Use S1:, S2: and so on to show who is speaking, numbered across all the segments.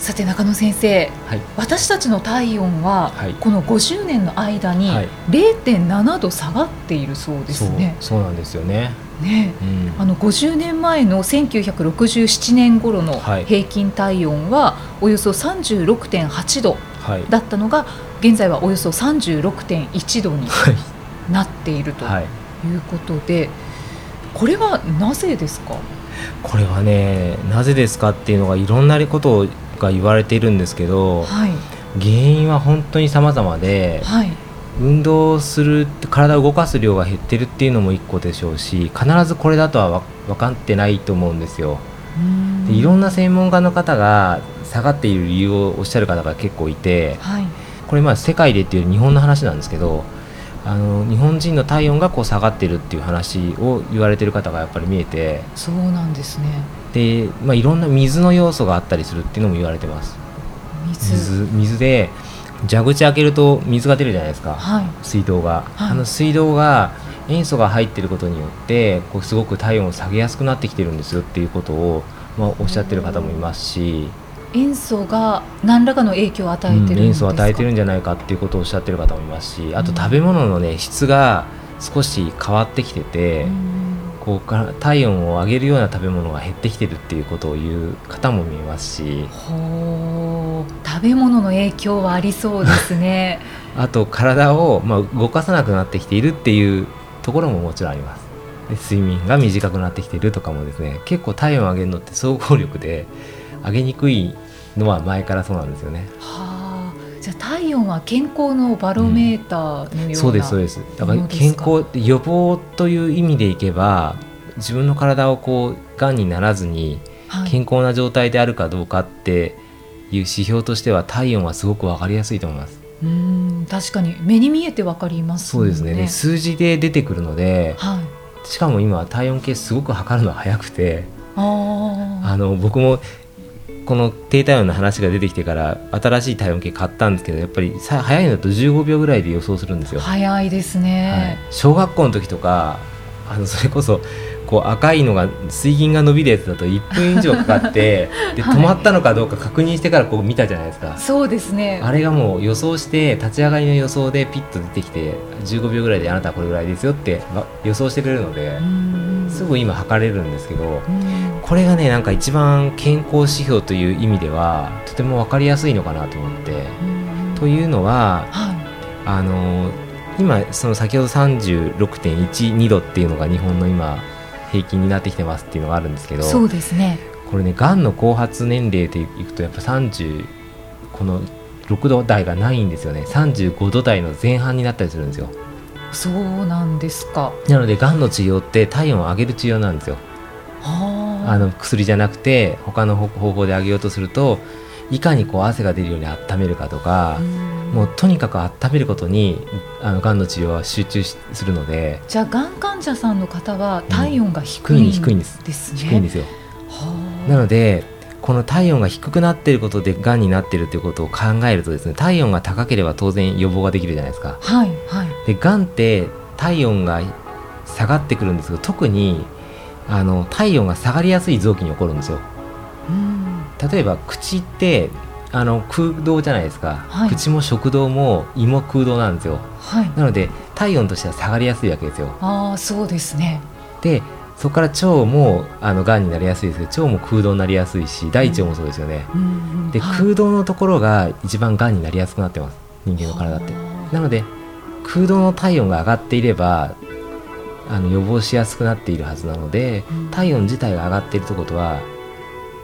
S1: さて中野先生
S2: はい。
S1: 私たちの体温は、
S2: はい
S1: この50年の間に
S2: はい
S1: 0.7度下がっているそうです
S2: そう
S1: ね。、
S2: そうなんですよね。
S1: ね
S2: うん。
S1: あの50年前の1967年頃の
S2: はい
S1: 平均体温はおよそ36.8度
S2: はい。
S1: だったのが現在はおよそ36.1度に
S2: はい。
S1: なっていると
S2: はい。
S1: いうことで、これはなぜですか、
S2: これはね、なぜですかっていうのがいろんなことが言われているんですけど、
S1: はい
S2: 原因は本当に様々で、
S1: はい
S2: 運動する体を動かす量が減ってるっていうのも一個でしょうし、必ずこれだとはわ分かってないと思うんですよ。
S1: うーん
S2: でいろんな専門家の方が下がっている理由をおっしゃる方が結構いて、
S1: はい
S2: これまあ世界でっていうより日本の話なんですけどあの日本人の体温がこう下がってるっていう話を言われてる方がやっぱり見えて
S1: そうなんですね
S2: で、まあ、いろんな水の要素があったりするっていうのも言われてます水水で蛇口開けると水が出るじゃないですか
S1: はい
S2: 水道が、
S1: はい
S2: あの水道が塩素が入ってることによってこうすごく体温を下げやすくなってきてるんですよっていうことを、まあ、おっしゃってる方もいますし、
S1: 塩素が何らかの影響を与えてるんですか、
S2: うん塩素を与えてるんじゃないかっていうことをおっしゃってる方もいますしあと
S1: うん
S2: 食べ物のね質が少し変わってきてて、
S1: うん
S2: こうか体温を上げるような食べ物が減ってきてるっていうことを言う方も見えますし
S1: ほう食べ物の影響はありそうですね
S2: あと体を、まあ、動かさなくなってきているっていうところももちろんあります。で睡眠が短くなってきてるとかもですね結構体温を上げるのって総合力で上げにくいのは前からそうなんですよね。
S1: はあじゃあ体温は健康のバロメーターのような、
S2: そうですそうですだから
S1: ものです
S2: 健
S1: か
S2: 康予防という意味でいけば自分の体をこうがんにならずに
S1: はい
S2: 健康な状態であるかどうかっていう指標としては体温はすごく分かりやすいと思います、
S1: うん確かに目に見えてわかります
S2: そうですねで数字で出てくるので
S1: はい
S2: しかも今体温計すごく測るのが早くて
S1: あ
S2: あの僕もこの低体温の話が出てきてから新しい体温計買ったんですけどやっぱりさ早いのだと15秒ぐらいで予想するんです
S1: あ
S2: よ
S1: 早いです
S2: はい
S1: ね、、
S2: 小学校の時とかあのそれこそこう赤いのが水銀が伸びるやつだと1分以上かかって で
S1: はい
S2: 止まったのかどうか確認してからこう見たじゃないですか、
S1: そうですね
S2: あれがもう予想して立ち上がりの予想でピッと出てきて15秒ぐらいであなたはこれぐらいですよってわ予想してくれるので
S1: うん
S2: すぐ今測れるんですけど
S1: うん
S2: これがねなんか一番健康指標という意味ではとても分かりやすいのかなと思って。
S1: うん
S2: というのは
S1: はい
S2: あの今その先ほど36.12度っていうのが日本の今平均になってきてますっていうのがあるんですけど
S1: そうですね
S2: これねがんの後発年齢でいくとやっぱ30この6度台がないんですよね35度台の前半になったりするんですよ
S1: そうなんですか
S2: なのでがんの治療って体温を上げる治療なんですよ
S1: はあ
S2: あの薬じゃなくて他の方方法で上げようとするといかにこう汗が出るように温めるかとか、
S1: うん
S2: もうとにかく温めることにあのがんの治療は集中しするので
S1: じゃあがん患者さんの方は体温が低
S2: うん
S1: い
S2: 低い
S1: ん
S2: ん
S1: で
S2: ですす
S1: ね。
S2: 低いんですよ、
S1: はあ
S2: なのでこの体温が低くなっていることでがんになっているということを考えるとですね体温が高ければ当然予防ができるじゃないですか
S1: はいはい。
S2: でがんって体温が下がってくるんですけど特にあの体温が下がりやすい臓器に起こるんですよ
S1: うん
S2: 例えば口ってあの空洞じゃないですか、
S1: はい
S2: 口も食道も胃も空洞なんですよ
S1: はい。
S2: なので体温としては下がりやすいわけですよ
S1: ああそうですね。
S2: でそこから腸もあのがんになりやすいですけど腸も空洞になりやすいし大腸もそうですよね、
S1: うんうん
S2: で
S1: はい
S2: 空洞のところが一番がんになりやすくなってます人間の体って
S1: はあ
S2: なので空洞の体温が上がっていればあの予防しやすくなっているはずなので
S1: うん
S2: 体温自体が上がっているということは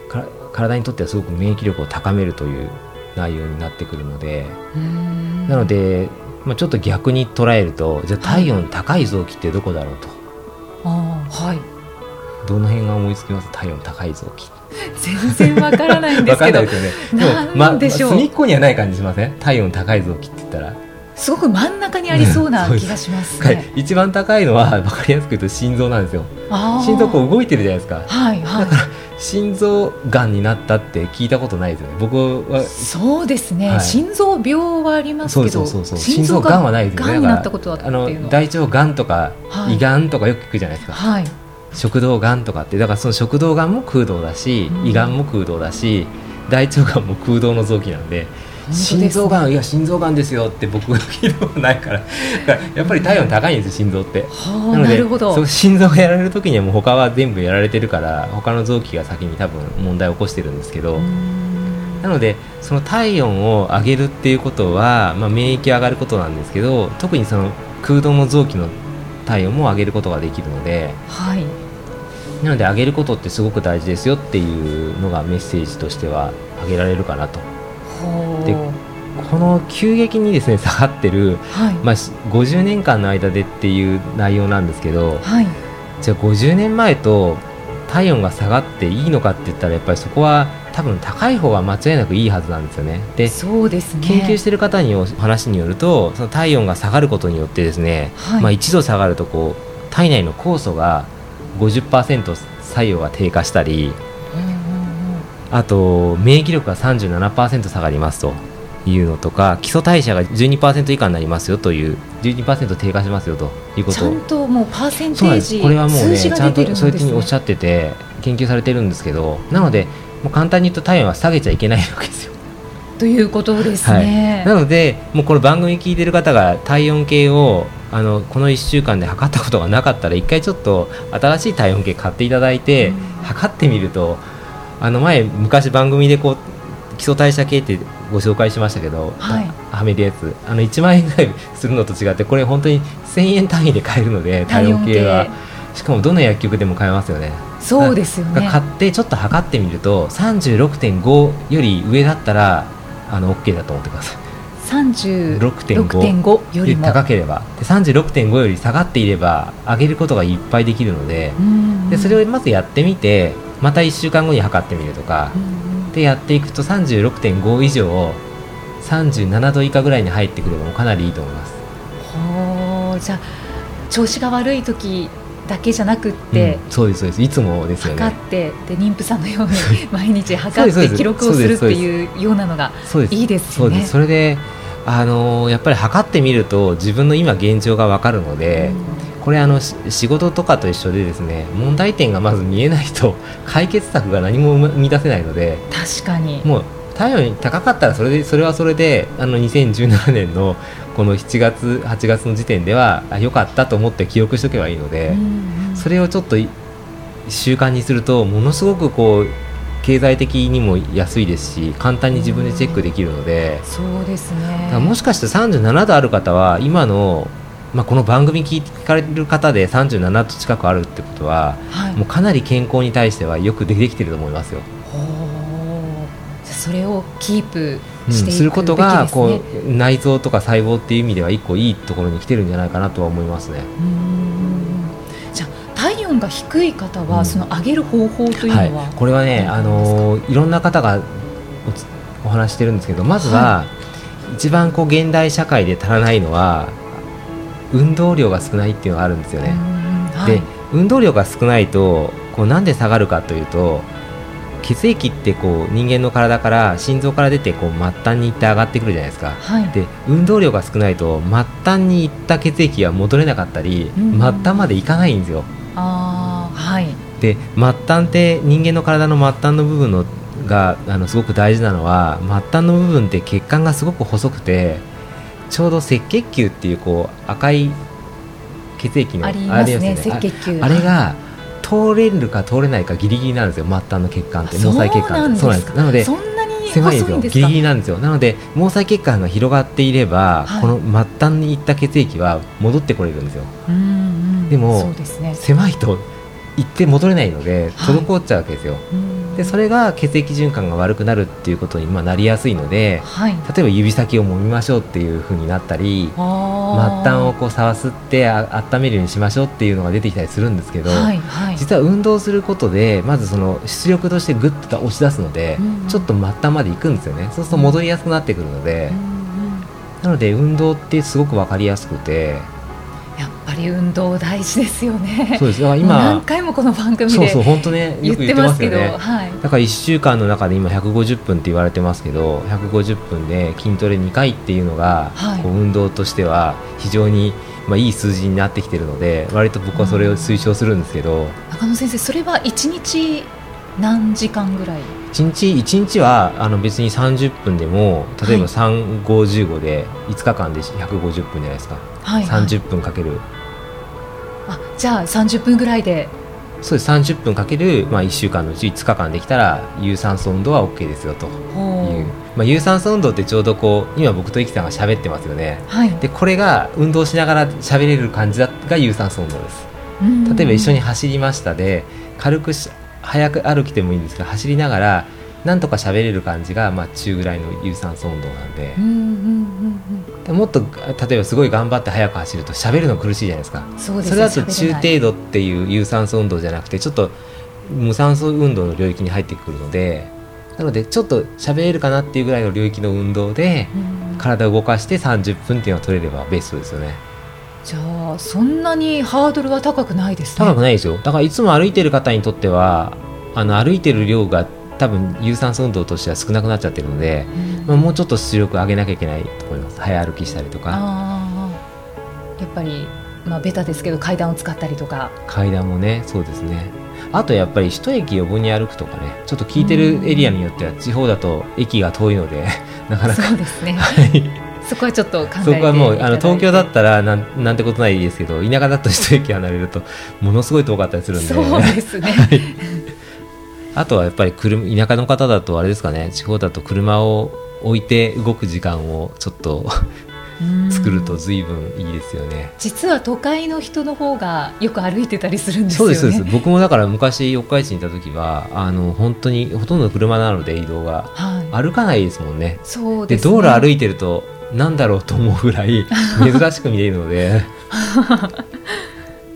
S2: から体にとってはすごく免疫力を高めるという内容になってくるので
S1: うん
S2: なので、まあ、ちょっと逆に捉えるとじゃあ体温高い臓器ってどこだろうと、
S1: ああはい。
S2: どの辺が思いつきます体温高い臓器
S1: 全然わからないんで
S2: わ
S1: す
S2: か
S1: け
S2: んな
S1: ど
S2: いですよねでも
S1: なんでしょう
S2: ま隅っこにはない感じしません体温高い臓器って言ったら、
S1: すごく真ん中にありそうな気がします
S2: はい
S1: ね。
S2: 一番高いのは 分かりやすく言うと心臓なんですよ
S1: あー
S2: 心臓こう動いてるじゃないですか
S1: はいは。
S2: 心臓がんになったって聞いたことないですよね僕はい
S1: そうですね、
S2: はい
S1: 心臓病はあります
S2: そう
S1: け
S2: そ
S1: ど、
S2: うそうそう
S1: 心
S2: 心
S1: 臓
S2: 臓
S1: が
S2: が
S1: ん
S2: んはないですよね
S1: になった
S2: だ
S1: ことはって
S2: か
S1: いう
S2: ら
S1: の
S2: あ
S1: は
S2: の大腸がんとか
S1: はい
S2: 胃がんとかよく聞くじゃないですか、
S1: はい
S2: 食道がんとかってだからその食道がんも空洞だし、
S1: うん
S2: 胃がんも空洞だし大腸がんも空洞の臓器なんで
S1: 当ですね
S2: 心臓がんいや心臓がんですよって僕が聞いたことないから だからやっぱり体温高いんですよ心臓って。
S1: はあ、なるほど
S2: そう心臓がやられる時にはもう他は全部やられてるから他の臓器が先に多分問題を起こしてるんですけど、
S1: うーん
S2: なのでその体温を上げるっていうことは、まあ、免疫上がることなんですけど特にその空洞の臓器の体温も上げることができるので
S1: はい
S2: なので上げることってすごく大事ですよっていうのがメッセージとしては挙げられるかなと
S1: ほ
S2: で
S1: う
S2: この急激にですね下がってる、
S1: はい、
S2: まあ、し50年間の間でっていう内容なんですけど
S1: はい
S2: じゃあ50年前と体温が下がっていいのかって言ったらやっぱりそこは多分高い方は間違いなくいいはずなんですよね。で
S1: そうですね
S2: 研究してる方にお話によるとその体温が下がることによってですね、
S1: はい
S2: まあ、1度下がるとこう体内の酵素が50%作用が低下したり
S1: うんうんうん
S2: あと免疫力が37%下がりますというのとか基礎代謝が12%以下になりますよという12%低下しますよというこ
S1: ち
S2: と
S1: ゃ
S2: を
S1: んともうパーセンテ
S2: そうな
S1: ー
S2: んです
S1: ジ
S2: これはもう
S1: 数
S2: ね
S1: 字
S2: ち
S1: が
S2: ゃ
S1: 出
S2: ん
S1: てるんで
S2: と
S1: す
S2: そう
S1: ね
S2: いうふうにおっしゃってて研究されてるんですけどなのでもう簡単に言うと体温は下げちゃいけないわけですよ。
S1: ということですね、
S2: なのでもうこの番組聞いてる方が体温計をあのこの1週間で測ったことがなかったら一回ちょっと新しい体温計買っていただいて
S1: うん
S2: 測ってみるとあの前昔番組でこう基礎代謝計ってご紹介しましたけど、
S1: はい
S2: あはめるやつあの1万円ぐらいするのと違ってこれ本当に1000円単位で買えるので体温計は
S1: 体温
S2: しかもどの薬局でも買えますよね。
S1: そうですよね
S2: 買ってちょっと測ってみると36.5より上だったらあの OK だと思ってください。
S1: 36.5よりも
S2: 高ければで36.5より下がっていれば上げることがいっぱいできるので
S1: うん
S2: でそれをまずやってみてまた1週間後に測ってみるとか
S1: うん
S2: でやっていくと36.5以上37度以下ぐらいに入ってくればもうかなりいいと思います、
S1: ほうじゃあ調子が悪い時だけじゃなくっ
S2: うん
S1: て、
S2: そうですそうですいつもですよ
S1: 測
S2: ね
S1: ってで妊婦さんのように毎日測
S2: そう
S1: っ
S2: ですそう
S1: て
S2: です
S1: 記録をするっていうようなのが
S2: そうです
S1: いいです
S2: そ
S1: よ
S2: うで
S1: ね
S2: す。それであのーやっぱり測ってみると自分の今現状が分かるので、これあのし仕事とかと一緒でですね問題点がまず見えないと 解決策が何も生み出せないので
S1: 確かに
S2: もう体温高かったらそれでそれはそれであの2017年のこの7月8月の時点ではあ良かったと思って記憶しとけばいいので、
S1: うんうん
S2: それをちょっとい習慣にするとものすごくこう経済的にも安いですし簡単に自分でチェックできるので。
S1: そうです
S2: だ
S1: ね
S2: からもしかして37度ある方は今の、まあ、この番組聞いて聞かれる方で37度近くあるってことは
S1: はい、
S2: もうかなり健康に対してはよくできてると思いますよ。
S1: ほうじゃあそれをキープ
S2: うん
S1: していくべきですね、
S2: することがこう内臓とか細胞っていう意味では一個いいところに来てるんじゃないかなとは思いますね。
S1: うんじゃあ体温が低い方は、
S2: うん
S1: その上げる方法というの
S2: はい
S1: は、、
S2: これはね、
S1: どう
S2: あ
S1: なんですか
S2: のーいろんな方がおつお話してるんですけどまずは、一番こう現代社会で足らないのは運動量が少ないっていうのがあるんですよね。
S1: うんはい
S2: で運動量が少ないとこうなんで下がるかというと血液ってこう人間の体から心臓から出てこう末端に行って上がってくるじゃないですか
S1: はい、
S2: で運動量が少ないと末端に行った血液が戻れなかったり、
S1: うん
S2: 末端まで行かないんですよ
S1: ああはい
S2: で末端って人間の体の末端の部分のがあのすごく大事なのは末端の部分って血管がすごく細くてちょうど赤血球っていうこう赤い血液の
S1: あります
S2: あ
S1: ね
S2: り
S1: 赤血球
S2: あれが通れるか通れないかギリギリなんですよ末端の血管って毛細血管って
S1: そうなんですか
S2: なので
S1: そんなに
S2: 狭いんで
S1: 細い
S2: すよ
S1: んです
S2: ギ
S1: か
S2: リギリなんですよなので毛細血管が広がっていれば、
S1: はい
S2: この末端に行った血液は戻ってこれるんですよ
S1: うんうん
S2: でも
S1: そうですね
S2: 狭いと行って戻れないので
S1: はい
S2: 滞っちゃうわけですよ、
S1: うん
S2: でそれが血液循環が悪くなるっていうことにまあなりやすいので
S1: はい
S2: 例えば指先を揉みましょうっていうふうになったり末
S1: あー
S2: 端をこう触すってあ温めるようにしましょうっていうのが出てきたりするんですけど、
S1: はいはい
S2: 実は運動することでまずその出力としてグッと押し出すので、
S1: うんうん
S2: ちょっと末端まで行くんですよねそうすると戻りやすくなってくるので
S1: う、んうん
S2: なので運動ってすごく分かりやすくて
S1: やっぱり運動大事ですよね
S2: そうですだから
S1: もう何
S2: 今
S1: 回もこの番組
S2: そうそ
S1: で
S2: う本当ね
S1: 言
S2: よ
S1: っ
S2: く言
S1: て
S2: って
S1: ま
S2: ますす
S1: け
S2: よ
S1: ど
S2: ね
S1: はい
S2: だから1週間の中で今150分って言われてますけど150分で筋トレ2回っていうのが、
S1: はい
S2: こう運動としては非常に、まあ、いい数字になってきてるので割と僕はそれを推奨するんですけど
S1: 中野先生それは一日何時間ぐらい
S2: 1日1日はあの別に30分でも例え
S1: は
S2: ば
S1: い
S2: 3515で5日間で150分じゃないですか、
S1: はい
S2: 30分かける
S1: あじゃあ30分ぐらいで
S2: そうです30分かける、まあ、1週間のうち5日間できたら有酸素運動は OK ですよという、
S1: ほう
S2: まあ、有酸素運動ってちょうどこう今僕とイキさんが喋ってますよね
S1: はい
S2: でこれが運動しながら喋れる感じだが有酸素運動です
S1: うん
S2: 例えば一緒に走りましたで軽くし早く歩きでもいいんですけど走りながらなんとか喋れる感じが、まあ、中ぐらいの有酸素運動なんで
S1: うんうんうん
S2: でもっと例えばすごい頑張って速く走ると喋るの苦しいじゃないですか
S1: うんそうです
S2: それだと中
S1: 喋れない
S2: 程度っていう有酸素運動じゃなくてちょっと無酸素運動の領域に入ってくるのでなのでちょっと喋れるかなっていうぐらいの領域の運動で
S1: うん
S2: 体を動かして30分っていうのが取れればベストですよね
S1: じゃあそんなにハードルは高くないですね
S2: 高くないですよだからいつも歩いてる方にとってはあの歩いてる量が多分有酸素運動としては少なくなっちゃってるので、
S1: うん
S2: まあ、もうちょっと出力上げなきゃいけないと思います早歩きしたりとか
S1: あーやっぱりまあベタですけど階段を使ったりとか
S2: 階段もねそうですねあとやっぱり一駅横に歩くとかねちょっと聞いてるエリアによっては地方だと駅が遠いので なかなか
S1: そうですね
S2: はい
S1: そこはちょっと考えて
S2: そこはもう
S1: いた
S2: あ
S1: だ
S2: の
S1: いて
S2: 東京だったらなんなんてことないですけど田舎だと一駅離れるとものすごい遠かったりするんで
S1: そうです ね
S2: あとはやっぱり車田舎の方だとあれですかね地方だと車を置いて動く時間をちょっと
S1: うん
S2: 作ると随分いいですよね。
S1: 実は都会の人の方がよく歩いてたりするんです
S2: そ
S1: よ
S2: う
S1: ね
S2: ですそうです僕もだから昔四日市にいた時はあの本当にほとんど車なので移動が
S1: はい
S2: 歩かないですもんね
S1: そう
S2: で
S1: です、
S2: 道路歩
S1: い
S2: いてるとなんだろうと思うぐ らい珍しく見えるので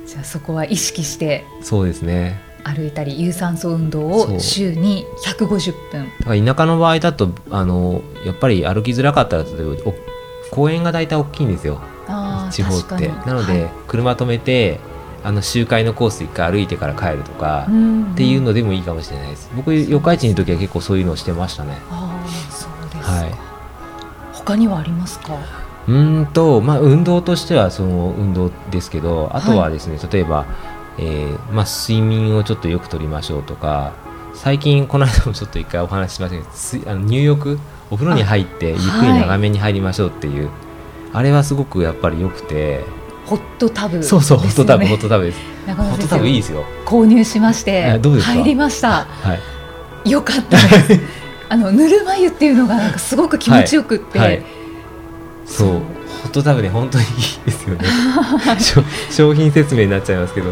S1: じゃあそこは意識して
S2: そうですね
S1: 歩いたり有酸素運動
S2: そ
S1: を
S2: う
S1: 週に150分
S2: だから田舎の場合だとあのやっぱり歩きづらかったら例えばお公園が大体大きいんですよ
S1: あー
S2: 地方って
S1: 確か
S2: な
S1: に
S2: ので、車止めてあの周回のコース一回歩いてから帰るとか、
S1: はいん
S2: っていうのでもいいかもしれないです僕四日市にいる時は結構そういうのをしてましたね
S1: ああそうですか、
S2: はい
S1: 他にはありますか
S2: うーんと、まあ、運動としてはその運動ですけどあとはですね、例えば、えーまあ、睡眠をちょっとよくとりましょうとか最近この間もちょっと一回お話ししましたけどすあの入浴お風呂に入ってゆっ
S1: あ
S2: くり長めに入りましょうっていう、あれはすごくやっぱり良くて、
S1: ホットタブ、
S2: そうそうホットタブ、ホッ
S1: です
S2: トタブです
S1: よね中
S2: ホ
S1: 野
S2: ット
S1: 先
S2: タ
S1: 生
S2: ブいいですよ
S1: 購入しまして
S2: えどうですか
S1: 入りました
S2: はい
S1: よかったです あのぬるま湯っていうのがなんかすごく気持ちよくって、
S2: はい、そうホットタブね本当にいいです よね商商品説明になっちゃいますけど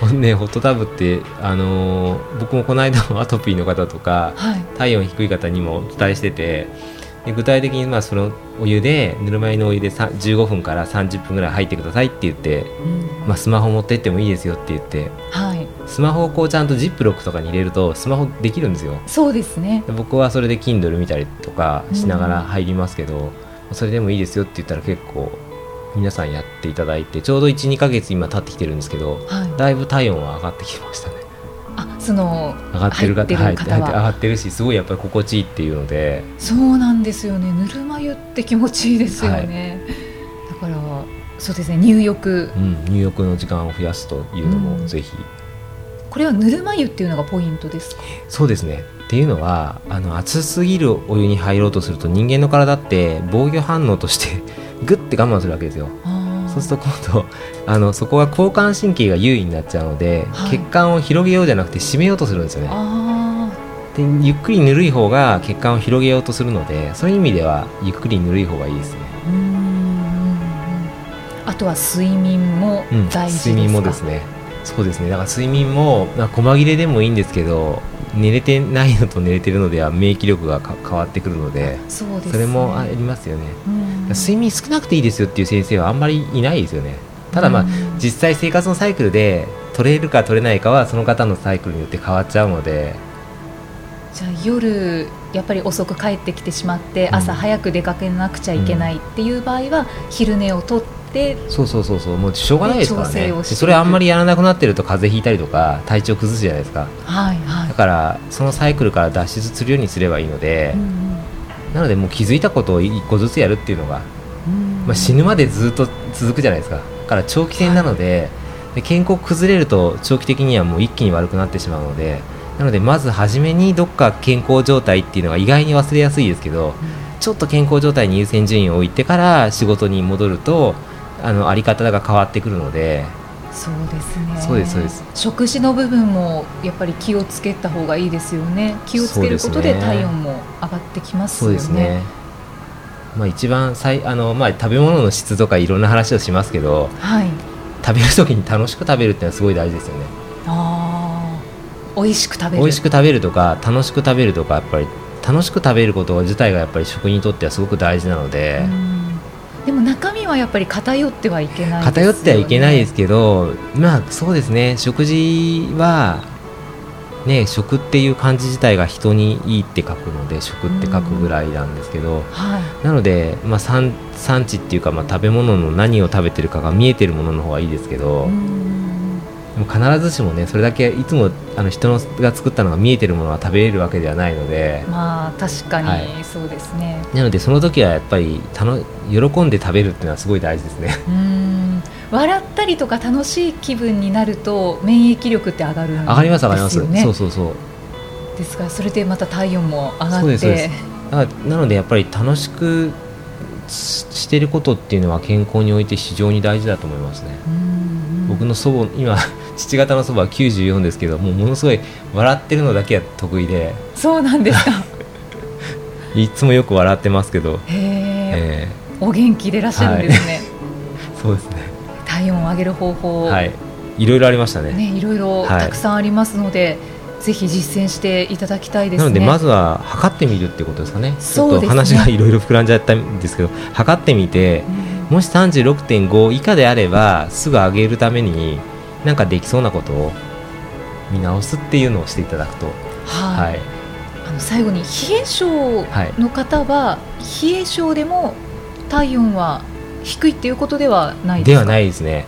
S2: ほんねホットタブって、あのー僕もこの間もアトピーの方とか
S1: はい
S2: 体温低い方にもお伝えしててで具体的にまあそのお湯でぬるま湯のお湯でさ15分から30分ぐらい入ってくださいって言って、
S1: うん
S2: まあ、スマホ持ってってもいいですよって言って
S1: はい、
S2: スマホをこうちゃんとジップロックとかに入れるとスマホできるんですよ。
S1: そうですね
S2: で僕はそれで Kindle 見たりとかしながら入りますけど、それでもいいですよって言ったら結構皆さんやっていただいてちょうど12ヶ月今経ってきてるんですけど
S1: はい
S2: だいぶ体温は上がってきました ね
S1: あその
S2: 上がってる方
S1: 入ってる方は
S2: はい入って上がってるしすごいやっぱり心地いいっていうので
S1: そうなんですよねぬるま湯って気持ちいいですよね、だからそうですね入浴
S2: うん、入浴の時間を増やすというのもぜひ、
S1: これはぬるま湯っていうのがポイントですか
S2: そうですねっていうのはあの熱すぎるお湯に入ろうとすると人間の体って防御反応として グッて我慢するわけですよ
S1: あー
S2: そうすると今度あのそこが交感神経が優位になっちゃうので、
S1: はい
S2: 血管を広げようじゃなくて締めようとするんですよね
S1: あ
S2: でゆっくりぬるい方が血管を広げようとするのでそういう意味ではゆっくりぬるい方がいいですね、
S1: ーうーんあとは睡眠も
S2: うん、
S1: 大事ですか、
S2: 睡眠もですねそうですねだから睡眠も、まあ、細切れでもいいんですけど寝れてないのと寝れてるのでは免疫力がか変わってくるので
S1: そうです、ね、
S2: それもありますよね
S1: うん
S2: 睡眠少なくていいですよっていう先生はあんまりいないですよねただまあ、
S1: うん
S2: 実際生活のサイクルで取れるか取れないかはその方のサイクルによって変わっちゃうので
S1: じゃあ夜やっぱり遅く帰ってきてしまって
S2: うん
S1: 朝早く出かけなくちゃいけないっていう場合は昼寝をとって
S2: そうそうそうそうもうしょうがないですから
S1: ね調整
S2: ね
S1: を
S2: で
S1: していく
S2: それあんまりやらなくなってると風邪ひいたりとか体調崩すじゃないですか
S1: はいは
S2: だからそのサイクルから脱出するようにすればいいので
S1: い、うん
S2: なのでもう気づいたことを一個ずつやるっていうのが、
S1: うん
S2: まあ、死ぬまでずっと続くじゃないですかだから長期戦なので,、で健康崩れると長期的にはもう一気に悪くなってしまうのでなのでまず初めにどっか健康状態っていうのが意外に忘れやすいですけど、ちょっと健康状態に優先順位を置いてから仕事に戻るとあのあり方が変わってくるので
S1: そうですね
S2: そうですそうです
S1: 食事の部分もやっぱり気をつけた方がいいですよね気をつけること
S2: そうで
S1: です
S2: ね
S1: 体温も上がってきます
S2: そ
S1: よ
S2: うで
S1: ね
S2: すね。まあ、一番最あの、まあ、食べ物の質とかいろんな話をしますけど
S1: はい
S2: 食べる時に楽しく食べるってのはすごい大事ですよね
S1: あー美味しく食べる
S2: 美味しく食べるとか楽しく食べるとかやっぱり楽しく食べること自体がやっぱり食にとってはすごく大事なので、
S1: うんでも中身はやっぱり偏ってはいけないですよね
S2: 偏ってはいけないですけどまあそうですね食事はね食っていう漢字自体が人にいいって書くので食って書くぐらいなんですけど、
S1: はい
S2: なので、まあ、産産地っていうか、まあ、食べ物の何を食べてるかが見えてるものの方がいいですけど、
S1: うん
S2: でも必ずしもねそれだけいつもあの人のが作ったのが見えてるものは食べれるわけではないので、
S1: まあ確か
S2: は
S1: に
S2: い
S1: そうですね、
S2: なのでその時はやっぱりたの喜んで食べるっていうのはすごい大事ですね。
S1: うん笑ったりとか楽しい気分になると免疫力って上がるんですよね
S2: 上がります上がります、そううそうそう
S1: ですからそれでまた体温も上が
S2: そう
S1: っ
S2: ですそうで
S1: て
S2: すだからなのでやっぱり楽しくししてることっていうのは健康において非常に大事だと思いますね。
S1: うん
S2: 僕の祖母今 父方の祖母は94ですけどもうものすごい笑ってるのだけは得意で
S1: そうなんですか
S2: いつもよく笑ってますけど、
S1: へえ
S2: え
S1: お元気でいらっしゃるんですね、
S2: ーそうですね
S1: 体温を上げる方法、
S2: はいいろいろありましたね
S1: ね、いろいろ
S2: はい
S1: たくさんありますので、ぜひ実践していただきたいですね
S2: なのでまずは測ってみるってことですかね
S1: そうで
S2: ちょ
S1: す
S2: っ
S1: ね
S2: と話がいろいろ膨らんじゃったんですけど測ってみて
S1: うん
S2: もし36.5以下であればすぐ上げるためになんかできそうなことを見直すっていうのをしていただくと
S1: はい、
S2: はい
S1: あの最後に冷え症
S2: はい
S1: の方は、冷え症でも体温は低いっていうことではないで
S2: です
S1: か、
S2: はないいですね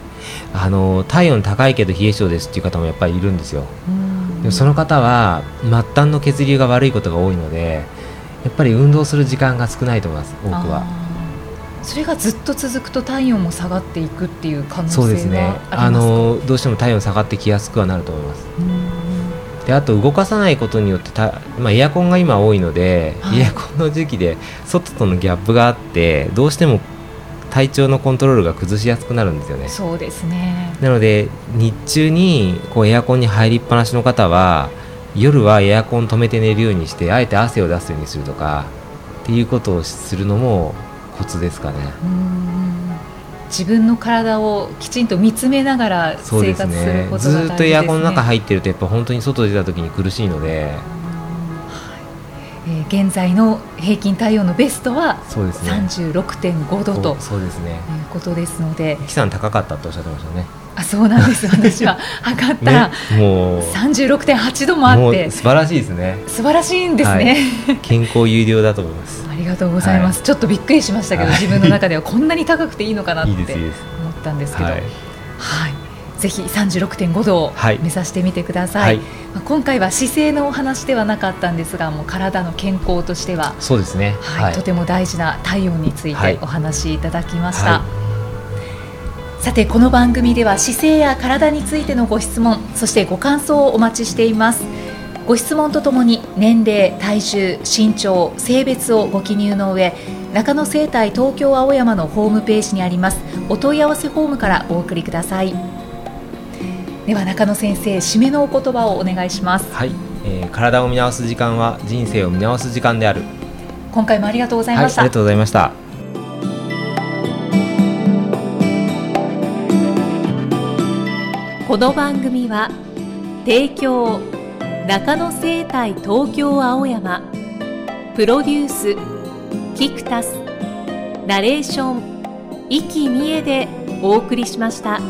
S2: あの体温高いけど冷え性ですっていう方もやっぱりいるんですよ
S1: うん
S2: でもその方は末端の血流が悪いことが多いのでやっぱり運動する時間が少ないと思います多くは
S1: あーそれがずっと続くと体温も下がっていくっていう可能性
S2: そうですね
S1: はあ
S2: あ
S1: りますか
S2: のどうしても体温下がってきやすくはなると思います
S1: うん
S2: であと動かさないことによってた、まあ、エアコンが今多いので、
S1: はい
S2: エアコンの時期で外とのギャップがあってどうしても体調のコントロールが崩しやすくなるんですよね
S1: そうですね
S2: なので日中にこうエアコンに入りっぱなしの方は夜はエアコン止めて寝るようにしてあえて汗を出すようにするとかっていうことをするのもコツですかね。
S1: うん自分の体をきちんと見つめながら
S2: そう
S1: 生
S2: で
S1: 活す
S2: す
S1: る
S2: ね
S1: ことが大事ですね
S2: ずーっとエアコンの中入ってるとやっぱ本当に外出た時に苦しいので
S1: はいえー現在の平均体温のベストは
S2: そうですね
S1: 36.5度と
S2: そうそうですね
S1: いうことですので、
S2: 木さん高かったっておっしゃってましたね
S1: あそうなんです、私 は測ったら
S2: ねもう
S1: 36.8度もあ
S2: も
S1: っ
S2: う
S1: て、
S2: 素晴らしいですね
S1: 素晴らしいんですね。
S2: 健康有料だと思います
S1: ありがとうございます、ちょっとびっくりしましたけど、
S2: はい
S1: 自分の中 ではこんなに高くていいのかなっ
S2: いい
S1: て
S2: ですいいです
S1: 思ったんですけど、
S2: は
S1: はい
S2: い、
S1: ぜひ36.5度を
S2: はい
S1: 目指してみてくださ。
S2: はいい
S1: まあ今回は姿勢のお話ではなかったんですが、もう体の健康としては
S2: そうですね
S1: はい、とても大事な体温につい
S2: はい
S1: てお話しいただきました、
S2: は
S1: さてこの番組では姿勢や体についてのご質問そしてご感想をお待ちしていますご質問とともに年齢体重身長性別をご記入の上中野生態東京青山のホームページにありますお問い合わせフォームからお送りくださいでは中野先生締めのお言葉をお願いします
S2: はい、えー体を見直す時間は人生を見直す時間である。
S1: 今回もありがとうござい
S2: はい、
S1: ま
S2: あり
S1: した、
S2: がとうございました。
S1: この番組は提供中野生態東京青山プロデュースキクタスナレーション生きみえでお送りしました。